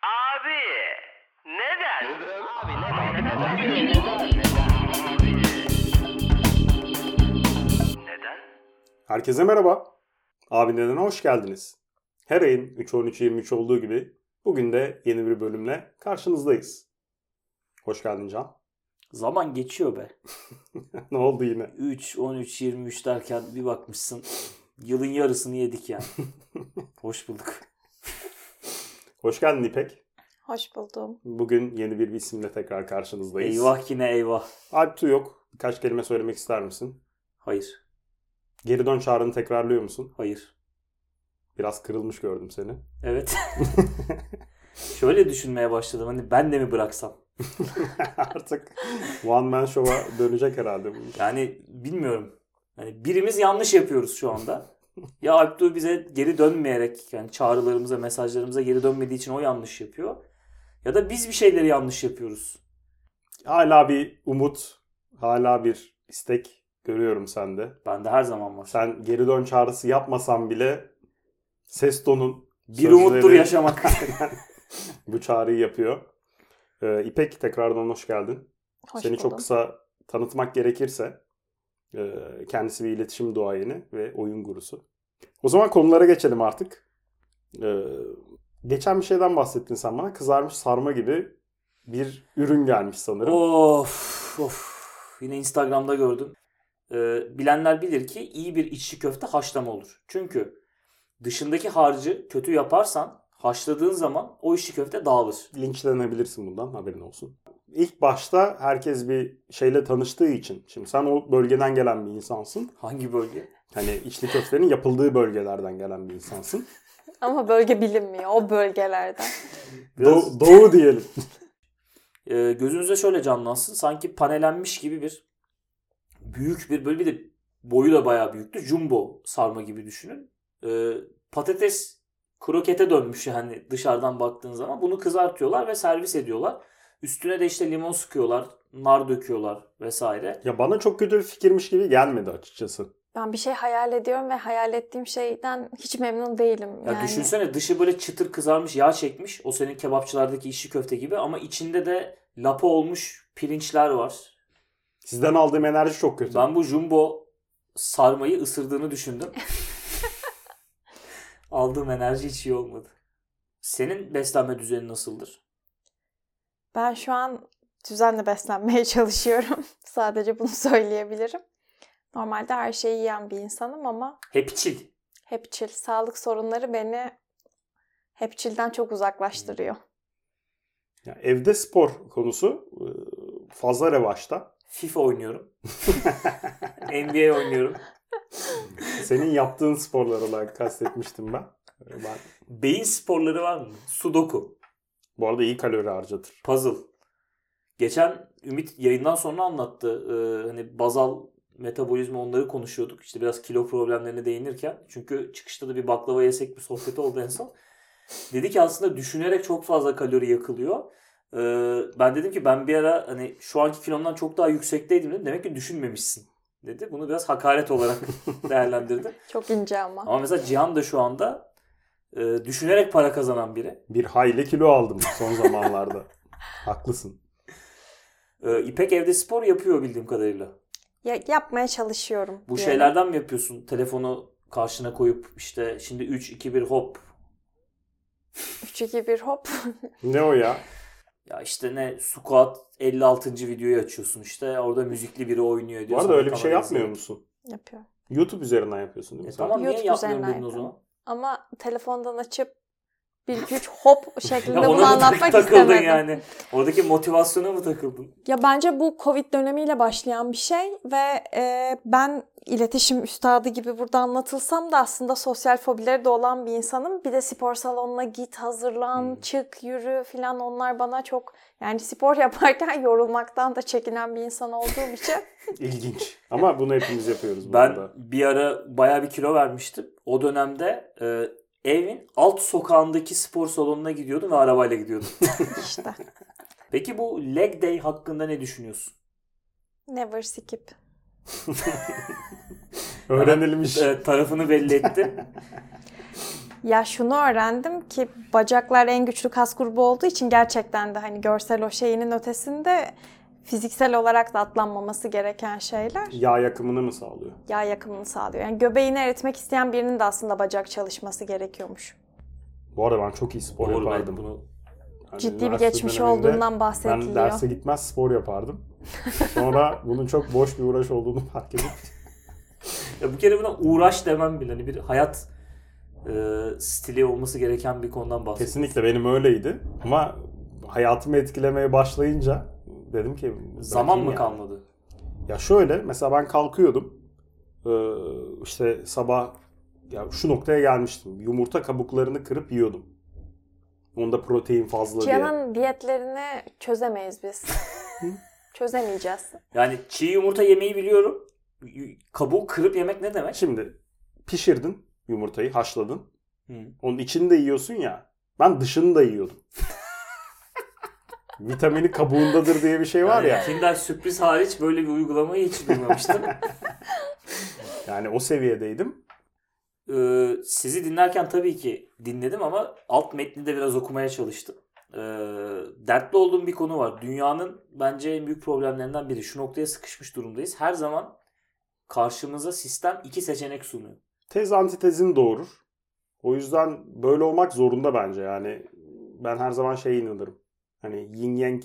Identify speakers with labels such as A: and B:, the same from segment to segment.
A: Abi neden? Abi neden? Neden?
B: Herkese merhaba. Abi neden hoş geldiniz. Her ayın 3-13-23 olduğu gibi bugün de yeni bir bölümle karşınızdayız. Hoş geldin Can.
C: Zaman geçiyor be.
B: ne oldu yine?
C: 3, 13, 23 derken bir bakmışsın. Yılın yarısını yedik yani. Hoş bulduk.
B: Hoş geldin İpek.
D: Hoş buldum.
B: Bugün yeni bir isimle tekrar karşınızdayız.
C: Eyvah yine eyvah.
B: Alp Tu yok. Birkaç kelime söylemek ister misin?
C: Hayır.
B: Geri dön çağrını tekrarlıyor musun?
C: Hayır.
B: Biraz kırılmış gördüm seni.
C: Evet. Şöyle düşünmeye başladım. Hani ben de mi bıraksam?
B: Artık One Man Show'a dönecek herhalde bu. iş.
C: Yani bilmiyorum. Hani birimiz yanlış yapıyoruz şu anda. Ya Alptu bize geri dönmeyerek yani çağrılarımıza, mesajlarımıza geri dönmediği için o yanlış yapıyor. Ya da biz bir şeyleri yanlış yapıyoruz.
B: Hala bir umut, hala bir istek görüyorum sende.
C: Ben de her zaman var.
B: Sen geri dön çağrısı yapmasan bile ses tonun
C: Bir umuttur
B: sözleri
C: yaşamak.
B: bu çağrıyı yapıyor. Ee, İpek tekrardan hoş geldin.
D: Hoş
B: Seni
D: buldum.
B: çok kısa tanıtmak gerekirse e, kendisi bir iletişim duayeni ve oyun gurusu. O zaman konulara geçelim artık. Ee, geçen bir şeyden bahsettin sen bana. Kızarmış sarma gibi bir ürün gelmiş sanırım.
C: Of of. Yine Instagram'da gördüm. Ee, bilenler bilir ki iyi bir içli köfte haşlama olur. Çünkü dışındaki harcı kötü yaparsan haşladığın zaman o içli köfte dağılır.
B: linçlenebilirsin bundan haberin olsun. İlk başta herkes bir şeyle tanıştığı için. Şimdi sen o bölgeden gelen bir insansın.
C: Hangi bölge?
B: Hani içli köftenin yapıldığı bölgelerden gelen bir insansın.
D: Ama bölge bilinmiyor o bölgelerden.
C: Biraz-
B: Do- doğu diyelim.
C: Ee, gözünüzde şöyle canlansın. Sanki panelenmiş gibi bir büyük bir böyle bir de boyu da bayağı büyüktü. Jumbo sarma gibi düşünün. Ee, patates krokete dönmüş yani dışarıdan baktığın zaman. Bunu kızartıyorlar ve servis ediyorlar. Üstüne de işte limon sıkıyorlar, nar döküyorlar vesaire.
B: Ya bana çok kötü bir fikirmiş gibi gelmedi açıkçası.
D: Ben bir şey hayal ediyorum ve hayal ettiğim şeyden hiç memnun değilim.
C: Ya
D: yani.
C: düşünsene dışı böyle çıtır kızarmış, yağ çekmiş. O senin kebapçılardaki işi köfte gibi ama içinde de lapa olmuş pirinçler var.
B: Sizden aldığım enerji çok kötü.
C: Ben bu jumbo sarmayı ısırdığını düşündüm. Aldığım enerji hiç iyi olmadı. Senin beslenme düzeni nasıldır?
D: Ben şu an düzenli beslenmeye çalışıyorum. Sadece bunu söyleyebilirim. Normalde her şeyi yiyen bir insanım ama
C: Hep çil.
D: hep çil. Sağlık sorunları beni hep çilden çok uzaklaştırıyor.
C: Hmm.
B: Ya evde spor konusu e, fazla revaçta.
C: FIFA oynuyorum. NBA oynuyorum.
B: Senin yaptığın sporlar olarak kastetmiştim ben. E, ben.
C: Beyin sporları var mı? Sudoku,
B: Bu arada iyi kalori harcatır.
C: puzzle. Geçen Ümit yayından sonra anlattı. Ee, hani bazal metabolizma onları konuşuyorduk. İşte biraz kilo problemlerine değinirken. Çünkü çıkışta da bir baklava yesek bir sohbeti oldu en son. Dedi ki aslında düşünerek çok fazla kalori yakılıyor. Ee, ben dedim ki ben bir ara hani şu anki kilomdan çok daha yüksekteydim dedim. Demek ki düşünmemişsin dedi. Bunu biraz hakaret olarak değerlendirdi.
D: Çok ince ama.
C: Ama mesela Cihan da şu anda e, düşünerek para kazanan biri.
B: Bir hayli kilo aldım son zamanlarda. Haklısın.
C: Ee, İpek evde spor yapıyor bildiğim kadarıyla.
D: Ya- yapmaya çalışıyorum.
C: Bu
D: diyelim.
C: şeylerden mi yapıyorsun? Telefonu karşına koyup işte şimdi 3 2 1 hop.
D: 3 2 1 hop.
B: Ne o ya?
C: Ya işte ne squat 56. videoyu açıyorsun işte orada müzikli biri oynuyor diyor.
B: Bu arada
C: Sana
B: öyle bir şey
C: kamerayı
B: yapmıyor
C: izliyor.
B: musun?
D: Yapıyorum.
B: YouTube üzerinden yapıyorsun değil mi?
C: E
B: sen?
C: tamam niye
D: YouTube
C: yapmıyorum
D: üzerinden
C: dedin o zaman?
D: Ama telefondan açıp 1 2 3 hop şeklinde
C: Ya
D: bunu
C: ona mı
D: anlatmak
C: takıldın
D: istemedim.
C: yani? Oradaki motivasyona mı takıldın?
D: Ya bence bu Covid dönemiyle başlayan bir şey ve e, ben iletişim üstadı gibi burada anlatılsam da aslında sosyal fobileri de olan bir insanım. Bir de spor salonuna git, hazırlan,
B: Hmm.
D: çık, yürü filan onlar bana çok yani spor yaparken yorulmaktan da çekinen bir insan olduğum için
B: İlginç. Ama bunu hepimiz yapıyoruz bu
C: Ben
B: arada.
C: bir ara bayağı bir kilo vermiştim. O dönemde e, evin alt sokağındaki spor salonuna gidiyordum ve arabayla gidiyordum.
D: işte
C: Peki bu leg day hakkında ne düşünüyorsun?
D: never skip.
B: Öğrenilmiş.
C: E, tarafını belli etti.
D: Ya şunu öğrendim ki bacaklar en güçlü kas grubu olduğu için gerçekten de hani görsel o şeyinin ötesinde fiziksel olarak da atlanmaması gereken şeyler
B: Yağ yakımını mı sağlıyor?
D: yağ yakımını sağlıyor. Yani göbeğini eritmek isteyen birinin de aslında bacak çalışması gerekiyormuş.
B: Bu arada ben çok iyi spor
C: Doğru ben
B: yapardım.
C: bunu
B: Hani
D: Ciddi bir
B: üniversite
D: geçmiş
B: döneminde
D: olduğundan
B: Ben
D: bahsediliyor.
B: derse gitmez spor yapardım. Sonra bunun çok boş bir uğraş olduğunu fark edip
C: Ya bu kere buna uğraş demem bile hani bir hayat e, stili olması gereken bir konudan bahsediyoruz.
B: kesinlikle benim öyleydi. Ama hayatımı etkilemeye başlayınca dedim ki
C: Zaman
B: bırakayım yani.
C: mı kalmadı?
B: Ya şöyle mesela ben kalkıyordum. Ee, işte sabah ya şu noktaya gelmiştim. Yumurta kabuklarını kırıp yiyordum. Onda protein fazla diye.
D: Cihan'ın diyetlerini çözemeyiz biz. Çözemeyeceğiz.
C: Yani çiğ yumurta yemeyi biliyorum. Y- Kabuğu kırıp yemek ne demek?
B: Şimdi pişirdin yumurtayı, haşladın.
C: Hı.
B: Onun içini de yiyorsun ya. Ben dışını da yiyordum. Vitamini kabuğundadır diye bir şey var ya.
C: Yani Kinder sürpriz hariç böyle bir uygulamayı hiç duymamıştım.
B: Yani o seviyedeydim.
C: Ee, sizi dinlerken tabii ki dinledim ama alt metni de biraz okumaya çalıştım. Ee, dertli olduğum bir konu var. Dünyanın bence en büyük problemlerinden biri. Şu noktaya sıkışmış durumdayız. Her zaman karşımıza sistem iki seçenek sunuyor.
B: Tez antitezini doğurur. O yüzden böyle olmak zorunda bence. Yani ben her zaman şeye inanırım. Hani yin yang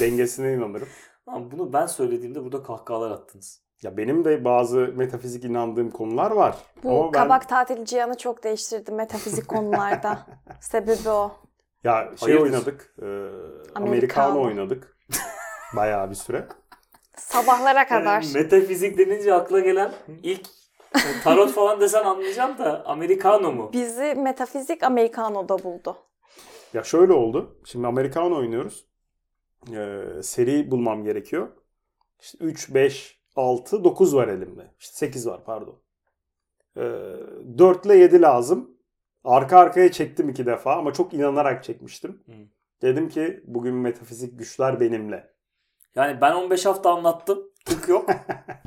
B: dengesine inanırım.
C: Ama bunu ben söylediğimde burada kahkahalar attınız.
B: Ya benim de bazı metafizik inandığım konular var.
D: Bu
B: Ama ben
D: kabak tatili Cihan'ı çok değiştirdi metafizik konularda. Sebebi o.
B: ya şey
C: Hayırdır?
B: oynadık. E,
D: Americano.
B: Amerikanı oynadık. Bayağı bir süre.
D: Sabahlara kadar.
C: Yani Ee, metafizik denince akla gelen ilk yani tarot falan desen anlayacağım da Amerikano mu?
D: Bizi metafizik Amerikano'da buldu.
B: Ya şöyle oldu. Şimdi Amerikan oynuyoruz. Ee, seri bulmam gerekiyor. İşte 3, 5, 6, 9 var elimde. İşte 8 var pardon. Ee, 4 ile 7 lazım. Arka arkaya çektim iki defa ama çok inanarak çekmiştim.
C: Hı.
B: Dedim ki bugün metafizik güçler benimle.
C: Yani ben 15 hafta anlattım. Tık yok.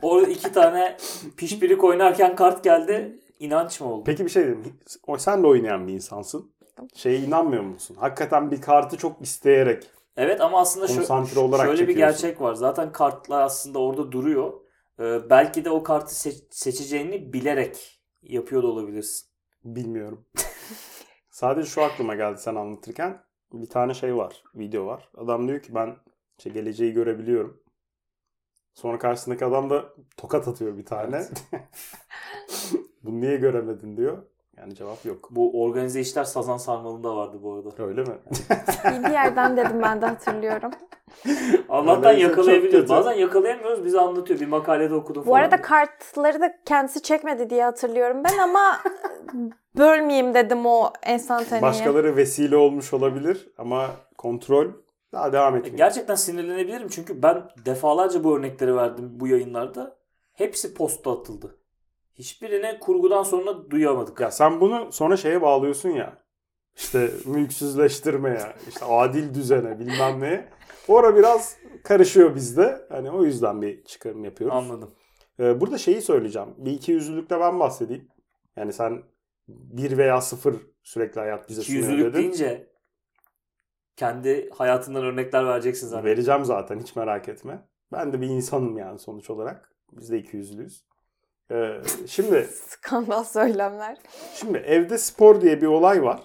C: Orada iki tane pişpirik oynarken kart geldi. İnanç mı oldu?
B: Peki bir şey dedim. O- Sen de oynayan bir insansın. Şeye inanmıyor musun? Hakikaten bir kartı çok isteyerek.
C: Evet ama aslında şu,
B: Konsantre olarak
C: şöyle bir
B: çekiyorsun.
C: gerçek var. Zaten kartlar aslında orada duruyor. Ee, belki de o kartı se- seçeceğini bilerek yapıyor da olabilirsin.
B: Bilmiyorum. Sadece şu aklıma geldi sen anlatırken. Bir tane şey var, video var. Adam diyor ki ben işte geleceği görebiliyorum. Sonra karşısındaki adam da tokat atıyor bir tane. Bunu niye göremedin diyor. Yani cevap yok.
C: Bu organize işler Sazan Sarmalı'nda vardı bu arada.
B: Öyle mi?
D: Bir yerden dedim ben de hatırlıyorum.
C: Allah'tan
B: Organize çok
C: yakalayabiliyoruz.
B: kötü.
C: Bazen yakalayamıyoruz. Bize anlatıyor. Bir makalede okudum
D: Bu
C: falan.
D: arada kartları da kendisi çekmedi diye hatırlıyorum ben ama bölmeyeyim dedim o enstantaneyi.
B: Başkaları vesile olmuş olabilir ama kontrol daha devam etmiyor.
C: Gerçekten sinirlenebilirim çünkü ben defalarca bu örnekleri verdim bu yayınlarda. Hepsi posta atıldı. Hiçbirine kurgudan sonra duyamadık.
B: Ya sen bunu sonra şeye bağlıyorsun ya. İşte mülksüzleştirmeye, işte adil düzene bilmem neye. Ora biraz karışıyor bizde. Hani o yüzden bir çıkarım yapıyoruz.
C: Anladım.
B: Ee, burada şeyi söyleyeceğim. Bir iki yüzlülükle ben bahsedeyim. Yani sen bir veya sıfır sürekli hayat bize
C: İki
B: sunuyor
C: yüzlülük
B: dedin.
C: deyince kendi hayatından örnekler vereceksin zaten.
B: Vereceğim zaten hiç merak etme. Ben de bir insanım yani sonuç olarak. Biz de iki yüzlüyüz. Ee, şimdi
D: Skandal söylemler.
B: Şimdi evde spor diye bir olay var.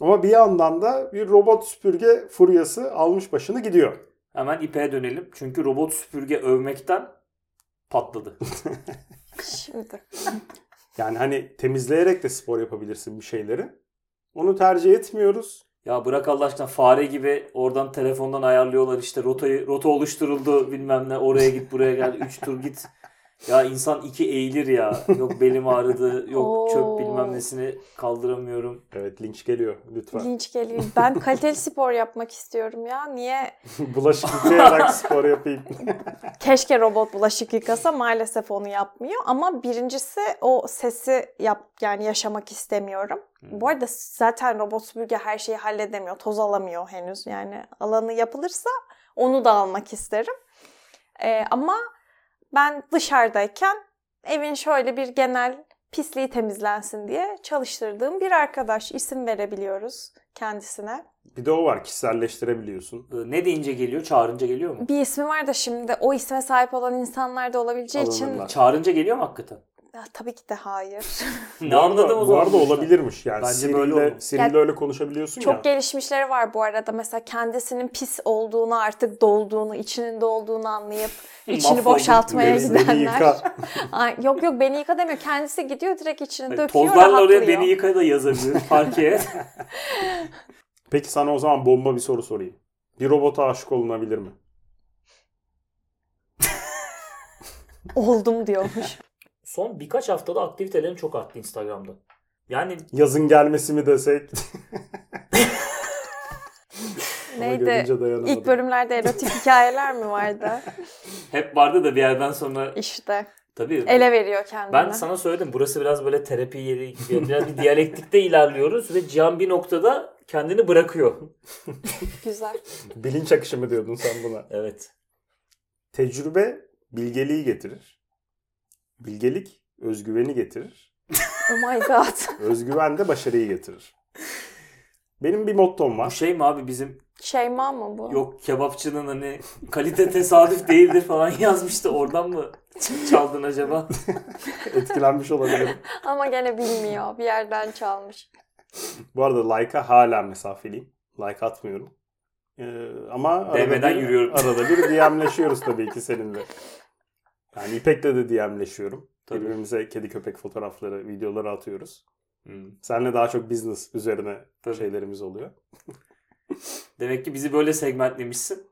B: Ama bir yandan da bir robot süpürge furyası almış başını gidiyor.
C: Hemen ipeğe dönelim. Çünkü robot süpürge övmekten patladı.
D: Şimdi.
B: Yani hani temizleyerek de spor yapabilirsin bir şeyleri. Onu tercih etmiyoruz.
C: ya bırak Allah aşkına fare gibi oradan telefondan ayarlıyorlar işte rotayı rota oluşturuldu bilmem ne oraya git buraya gel 3 tur git. Ya insan iki eğilir ya. Yok belim ağrıdı, yok
D: Oo.
C: çöp bilmem nesini kaldıramıyorum.
B: Evet linç geliyor lütfen.
D: Linç geliyor. Ben kaliteli spor yapmak istiyorum ya. Niye?
B: Bulaşık yıkayarak spor yapayım.
D: Keşke robot bulaşık yıkasa maalesef onu yapmıyor. Ama birincisi o sesi yap yani yaşamak istemiyorum. Bu arada zaten robot süpürge her şeyi halledemiyor. Toz alamıyor henüz. Yani alanı yapılırsa onu da almak isterim. Ee, ama ben dışarıdayken evin şöyle bir genel pisliği temizlensin diye çalıştırdığım bir arkadaş. İsim verebiliyoruz kendisine.
B: Bir de o var kişiselleştirebiliyorsun.
C: Ee, ne deyince geliyor? Çağırınca geliyor mu?
D: Bir ismi var da şimdi o isme sahip olan insanlar da olabileceği için
B: Alınırlar.
C: Çağırınca geliyor mu hakikaten?
D: Ya, tabii ki de hayır.
C: ne anladım o
B: Bu
C: zaman?
B: arada
C: bu işten?
B: olabilirmiş yani.
C: Bence
B: Siri'yle,
C: böyle olmalı.
B: Siri'yle
D: Ya-
B: öyle konuşabiliyorsun ya.
D: Çok gelişmişleri var bu arada. Mesela kendisinin pis olduğunu, artık dolduğunu, içinin dolduğunu anlayıp içini
C: Mahvoldum.
D: boşaltmaya
B: Beni- beni
D: gidenler.
B: yıka.
D: Ay, yok yok beni yıka demiyor. Kendisi gidiyor direkt içini
C: Hani
D: döküyor,
C: tozlarla
D: rahatlıyor.
C: oraya beni yıka da yazabilir parkeye.
B: Peki sana o zaman bomba bir soru sorayım. Bir robota aşık olunabilir mi?
D: Oldum diyormuş.
C: Son birkaç haftada aktivitelerim çok arttı Instagram'da. Yani
B: Yazın gelmesi mi desek? Ona
D: Neydi?
B: görünce dayanamadım.
D: İlk bölümlerde erotik hikayeler mi vardı?
C: hep vardı da bir yerden sonra
D: İşte.
C: tabii
D: Ele veriyor kendini.
C: Ben sana söyledim burası biraz böyle terapi yeri gibi. Biraz bir diyalektikte ilerliyoruz ve Cihan bir noktada kendini bırakıyor.
D: Güzel.
B: Bilinç akışı mı diyordun sen buna?
C: Evet.
B: Tecrübe bilgeliği getirir. Bilgelik özgüveni getirir.
D: Oh my god.
B: Özgüven de başarıyı getirir. Benim bir mottom
C: Bu
B: var.
C: şey mi abi bizim
D: Şeyma mı bu?
C: yok kebapçının hani kalite tesadüf değildir falan yazmıştı. Oradan mı ç- çaldın acaba?
B: Etkilenmiş olabilirim.
D: Ama gene bilmiyor. Bir yerden çalmış.
B: Bu arada like'a hala mesafeliyim. Like atmıyorum. Ee, ama arada
C: DM'den
B: bir,
C: yürüyorum.
B: arada bir DM'leşiyoruz tabii ki seninle. Yani İpek'le de DM'leşiyorum.
C: Tabii.
B: Birbirimize kedi köpek fotoğrafları, videoları atıyoruz.
C: Hmm.
B: Seninle daha çok business üzerine
C: Tabii.
B: şeylerimiz oluyor.
C: Demek ki bizi böyle segmentlemişsin.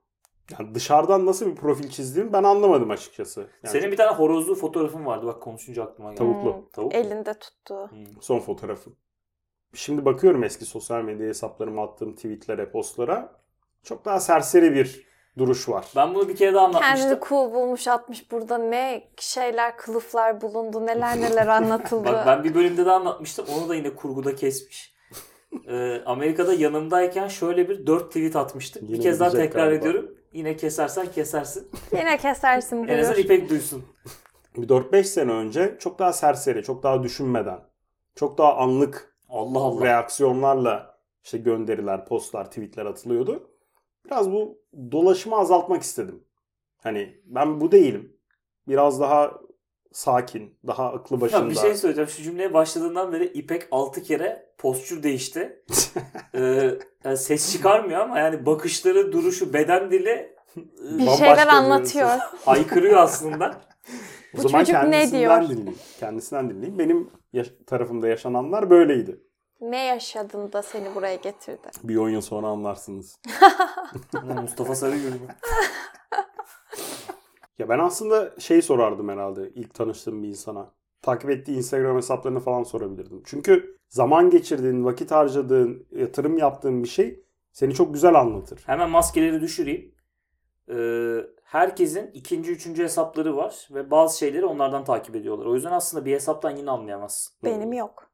B: Yani dışarıdan nasıl bir profil çizdiğimi ben anlamadım açıkçası. Yani
C: Senin bir tane horozlu fotoğrafın vardı. Bak konuşunca aklıma geldi.
B: Tavuklu.
D: Hmm.
C: Tavuk. mu?
D: Elinde tuttuğu.
C: Hmm.
B: Son fotoğrafım. Şimdi bakıyorum eski sosyal medya hesaplarıma attığım tweetlere, postlara. Çok daha serseri bir duruş var.
C: Ben bunu bir kere daha anlatmıştım.
D: Kendini cool bulmuş atmış burada ne şeyler kılıflar bulundu neler neler anlatıldı.
C: Bak ben bir bölümde de anlatmıştım. Onu da yine kurguda kesmiş. Ee, Amerika'da yanımdayken şöyle bir 4 tweet atmıştık.
B: Yine
C: bir kez daha
B: gidecek
C: tekrar
B: galiba.
C: ediyorum. Yine kesersen kesersin.
D: Yine kesersin
C: En azından
D: buyur.
C: İpek duysun.
B: Bir 4-5 sene önce çok daha serseri, çok daha düşünmeden, çok daha anlık
C: Allah Allah.
B: reaksiyonlarla işte gönderiler, postlar, tweetler atılıyordu. Biraz bu dolaşımı azaltmak istedim. Hani ben bu değilim. Biraz daha sakin, daha aklı başında.
C: Ya bir şey söyleyeceğim. Şu cümleye başladığından beri İpek 6 kere postür değişti. Ee, yani ses çıkarmıyor ama yani bakışları, duruşu, beden dili e,
D: Bir
B: bambaşka
D: şeyler
B: bir
D: anlatıyor.
C: haykırıyor aslında.
B: O
D: Bu
B: zaman
D: çocuk ne
B: kendisinden
D: diyor?
B: dinleyeyim. Kendisinden dinleyeyim. Benim yaş- tarafımda yaşananlar böyleydi.
D: ne yaşadın da seni buraya getirdi?
B: Bir 10 yıl sonra anlarsınız.
C: Ulan Mustafa Sarıgül mü?
B: Ya ben aslında şey sorardım herhalde ilk tanıştığım bir insana. Takip ettiği Instagram hesaplarını falan sorabilirdim. Çünkü zaman geçirdiğin, vakit harcadığın, yatırım yaptığın bir şey seni çok güzel anlatır.
C: Hemen maskeleri düşüreyim. Ee, herkesin ikinci, üçüncü hesapları var ve bazı şeyleri onlardan takip ediyorlar. O yüzden aslında bir hesaptan yine anlayamazsın.
D: Benim yok.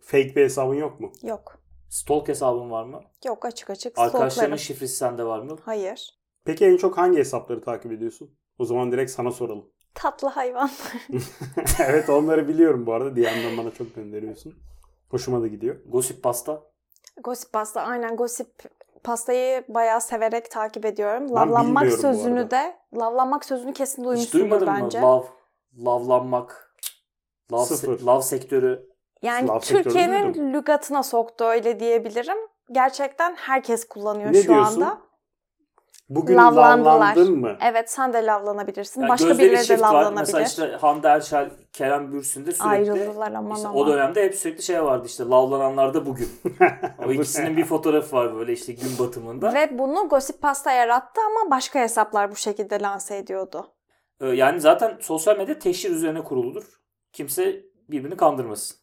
B: Fake bir hesabın yok mu?
D: Yok.
C: Stalk hesabın var mı?
D: Yok açık açık
C: Arkadaşlarının
D: stalklarım.
C: şifresi sende var mı?
D: Hayır.
B: Peki en çok hangi hesapları takip ediyorsun? O zaman direkt sana soralım.
D: Tatlı hayvan.
B: evet onları biliyorum bu arada. DM'den bana çok gönderiyorsun. Hoşuma da gidiyor.
C: Gossip Pasta.
D: Gossip pasta aynen gossip pastayı bayağı severek takip ediyorum.
B: Ben
D: Lavlanmak
B: bilmiyorum bu
D: sözünü
B: arada.
D: de lavlanmak sözünü kesin
C: Hiç
D: duymuşsundur
C: duymadın
D: bence.
C: mı? Love, lovelanmak, love, se-
B: Sıfır.
C: love sektörü.
D: Yani
B: Sınav sektörünü
D: Türkiye'nin
B: duydum.
D: lügatına soktu öyle diyebilirim. Gerçekten herkes kullanıyor
B: Ne
D: şu
B: diyorsun?
D: anda.
B: Bugün
D: Lavlandılar.
B: lavlandın mı?
D: Evet sen de lavlanabilirsin.
C: Yani
D: Başka
C: gözleri
D: birileri de
C: çift var.
D: lavlanabilir.
C: Mesela işte Hande Erçel, Kerem Bürsin de sürekli
D: Ayrıldılar aman
C: İşte
D: aman.
C: o dönemde hep sürekli şey vardı işte lavlananlar da bugün. o
B: Bu-
C: ikisinin bir fotoğrafı var böyle işte gün batımında.
D: Ve bunu Gossip Pasta yarattı ama başka hesaplar bu şekilde lanse ediyordu.
C: Ee, Yani zaten sosyal medya teşhir üzerine kuruludur. Kimse birbirini kandırmasın.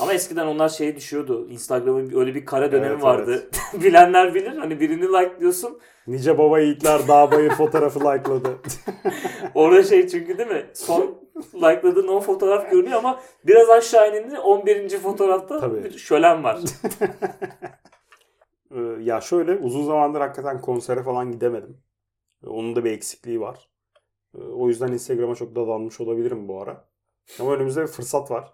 C: Ama eskiden onlar şeye düşüyordu. Instagram'ın öyle bir kara dönemi
B: Evet,
C: vardı. Bilenler bilir. Hani birini likeliyorsun.
B: Nice baba yiğitler dağ bayır fotoğrafı like'ladı.
C: Orada şey çünkü değil mi? Son like'ladığın 10 fotoğraf görünüyor ama biraz aşağı inince 11. fotoğrafta
B: Tabii.
C: bir şölen var.
B: Ee, ya şöyle uzun zamandır hakikaten konsere falan gidemedim. Ee, Onun da bir eksikliği var. Ee, O yüzden Instagram'a çok dadanmış olabilirim bu ara. Ama önümüzde bir fırsat var.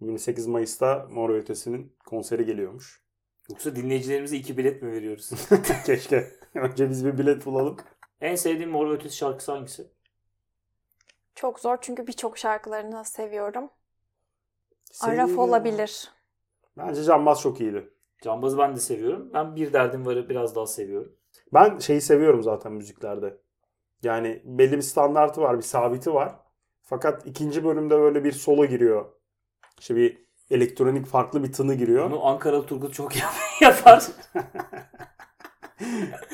B: 28 Mayıs'ta Mor ve Ötesi'nin konseri geliyormuş.
C: Yoksa dinleyicilerimize iki bilet mi veriyoruz?
B: Keşke. Önce biz bir bilet bulalım.
C: en sevdiğin Mor ve Ötesi şarkısı hangisi?
D: Çok zor çünkü birçok şarkılarını seviyorum. Araf
B: Seviyorum.
D: olabilir.
B: Bence Canbaz çok iyiydi.
C: Cambaz'ı ben de seviyorum. Ben Bir Derdim Var'ı biraz daha seviyorum.
B: Ben şeyi seviyorum zaten müziklerde. Yani belli bir standartı var, bir sabiti var. Fakat ikinci bölümde böyle bir solo giriyor. İşte bir elektronik farklı bir tını giriyor.
C: Bunu Ankaralı Turgut çok yap- yapar.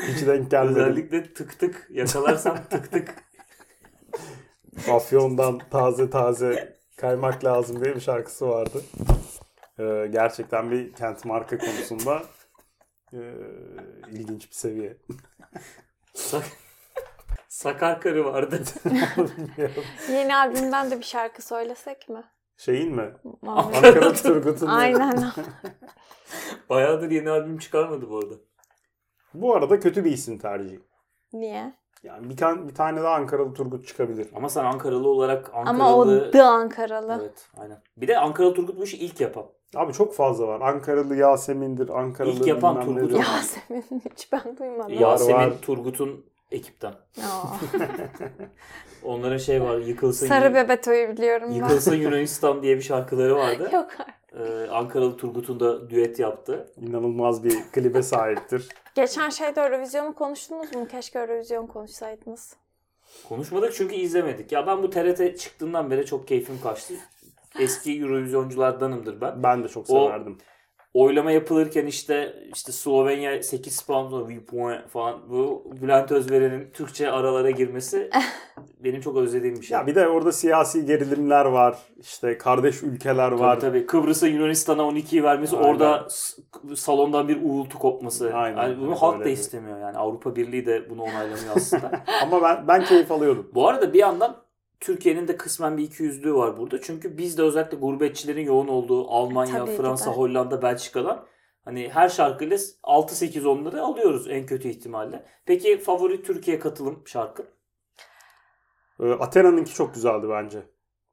B: Hiç denk gelmedi.
C: Özellikle tık tık yakalarsan tık tık.
B: Afyon'dan taze taze kaymak lazım diye bir şarkısı vardı. Ee, gerçekten bir kent marka konusunda ee, ilginç bir seviye.
C: Sak- Sakar karı vardı.
D: Yeni albümden de bir şarkı söylesek mi?
B: Şeyin mi?
D: Muhammed?
B: Ankara Turgut'un mu?
D: Aynen.
C: Bayağıdır yeni albüm çıkarmadı bu arada.
B: Bu arada kötü bir isim tercihi.
D: Niye?
B: Yani bir, tane, bir tane daha Ankaralı Turgut çıkabilir.
C: Ama sen Ankaralı olarak Ankaralı...
D: Ama o da Ankaralı.
C: Evet aynen. Bir de Ankaralı Turgut bu işi ilk yapan.
B: Abi çok fazla var. Ankaralı Yasemin'dir, Ankaralı
C: İlk yapan
B: bilmem
C: Turgut
B: nedir.
C: Ama-
D: Yasemin hiç ben duymadım.
B: Ya-
C: Yasemin
B: var.
C: Turgut'un ekipten.
D: Aa.
C: Onların şey var yıkılsın,
D: Sarı
C: Yu-
D: Bebeto'yu biliyorum ben.
C: yıkılsın Yunanistan diye bir şarkıları vardı.
D: Yok
C: Ee, Ankaralı Turgut'un da düet yaptı.
B: İnanılmaz bir klibe sahiptir.
D: Geçen şeyde Eurovizyon'u konuştunuz mu? Keşke Eurovizyon konuşsaydınız.
C: Konuşmadık çünkü izlemedik. Ya ben bu TRT çıktığından beri çok keyfim kaçtı. Eski Eurovizyonculardanımdır ben.
B: Ben de çok
C: O-
B: severdim.
C: oylama yapılırken işte işte Slovenya 8 puan sonra bir puan falan bu Bülent Özveren'in Türkçe aralara girmesi benim çok özlediğim bir şey.
B: Ya bir de orada siyasi gerilimler var. İşte kardeş ülkeler
C: tabii,
B: var.
C: tabii. Kıbrıs'a Yunanistan'a 12'yi vermesi
B: Aynen.
C: orada s- salondan bir uğultu kopması.
B: Aynen.
C: Yani bunu
B: Evet,
C: halk
B: öyle
C: da
B: bir-
C: istemiyor yani. Avrupa Birliği de bunu onaylamıyor aslında.
B: Ama ben ben keyif alıyordum.
C: Bu arada bir yandan Türkiye'nin de kısmen bir ikiyüzlüğü var burada. Çünkü biz de özellikle gurbetçilerin yoğun olduğu Almanya,
D: Tabii ki
C: Fransa,
D: de.
C: Hollanda, Belçika'dan hani her şarkıyla 6-8 onları alıyoruz en kötü ihtimalle. Peki favori Türkiye katılım şarkı?
B: Ee, Athena'nınki çok güzeldi bence.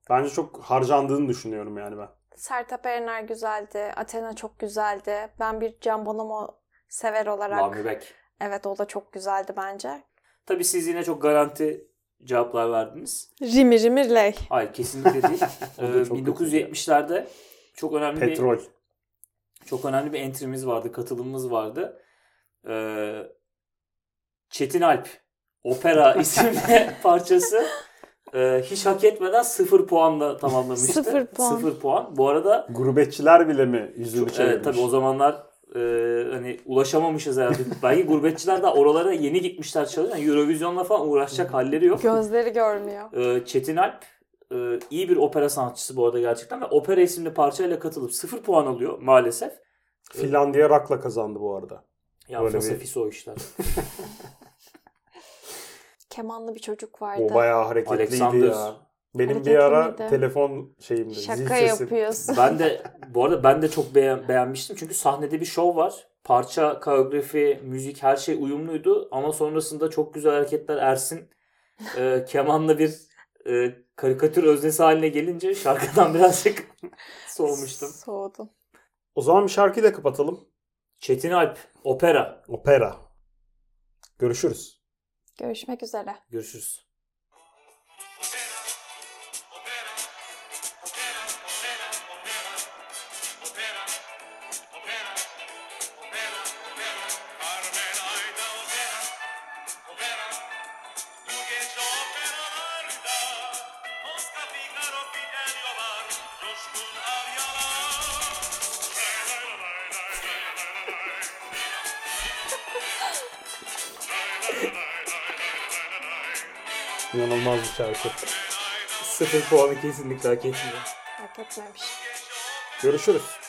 B: Bence çok harcandığını düşünüyorum yani ben.
D: Sertab Erener güzeldi. Athena çok güzeldi. Ben bir Can Bonomo sever olarak.
C: Rami Bek.
D: Evet o da çok güzeldi bence.
C: Tabii siz yine çok garanti cevaplar verdiniz.
D: Rimi Rimi Ley.
C: Hayır kesinlikle değil.
B: O da
C: Ee,
B: çok
C: 1970'lerde çok önemli bir
B: Petrol.
C: Çok önemli bir entrimiz vardı, katılımımız vardı. Ee, Çetin Alp Opera isimli parçası e, hiç hak etmeden sıfır puanla tamamlamıştı.
D: Sıfır puan.
C: Sıfır puan. Bu arada
B: Gurbetçiler bile mi yüzünü çevirmiş?
C: evet, tabii o zamanlar e, hani ulaşamamışız herhalde. Belki gurbetçiler de oralara yeni gitmişler çalışıyor. Yani Eurovision'la falan uğraşacak halleri yok.
D: Gözleri görmüyor.
C: Ee, Çetin Alp e, iyi bir opera sanatçısı bu arada gerçekten ve opera isimli parçayla katılıp sıfır puan alıyor maalesef.
B: Finlandiya rakla kazandı bu arada.
C: Ya
B: Böyle bir-
C: felsefisi o işler.
D: Kemanlı bir çocuk vardı.
B: O bayağı hareketliydi
C: Alexander.
B: ya. Benim bir
D: Hareketliydi.
B: ara telefon şeyimdi. zil
D: Şaka
B: sesim.
D: yapıyorsun.
C: Ben de bu arada ben de çok beğen- beğenmiştim. Çünkü sahnede bir şov var. Parça, koreografi, müzik her şey uyumluydu. Ama sonrasında çok güzel hareketler Ersin e, kemanla bir e, karikatür öznesi haline gelince şarkıdan birazcık soğumuştum.
D: Soğudum.
B: O zaman bir şarkıyı da kapatalım.
C: Çetin Alp, opera.
B: Opera. Görüşürüz.
D: Görüşmek üzere.
C: Görüşürüz.
B: İnanılmaz bir şarkı.
C: Sıfır puanı kesinlikle hak etmiyor.
D: Hak etmemiş.
B: Görüşürüz.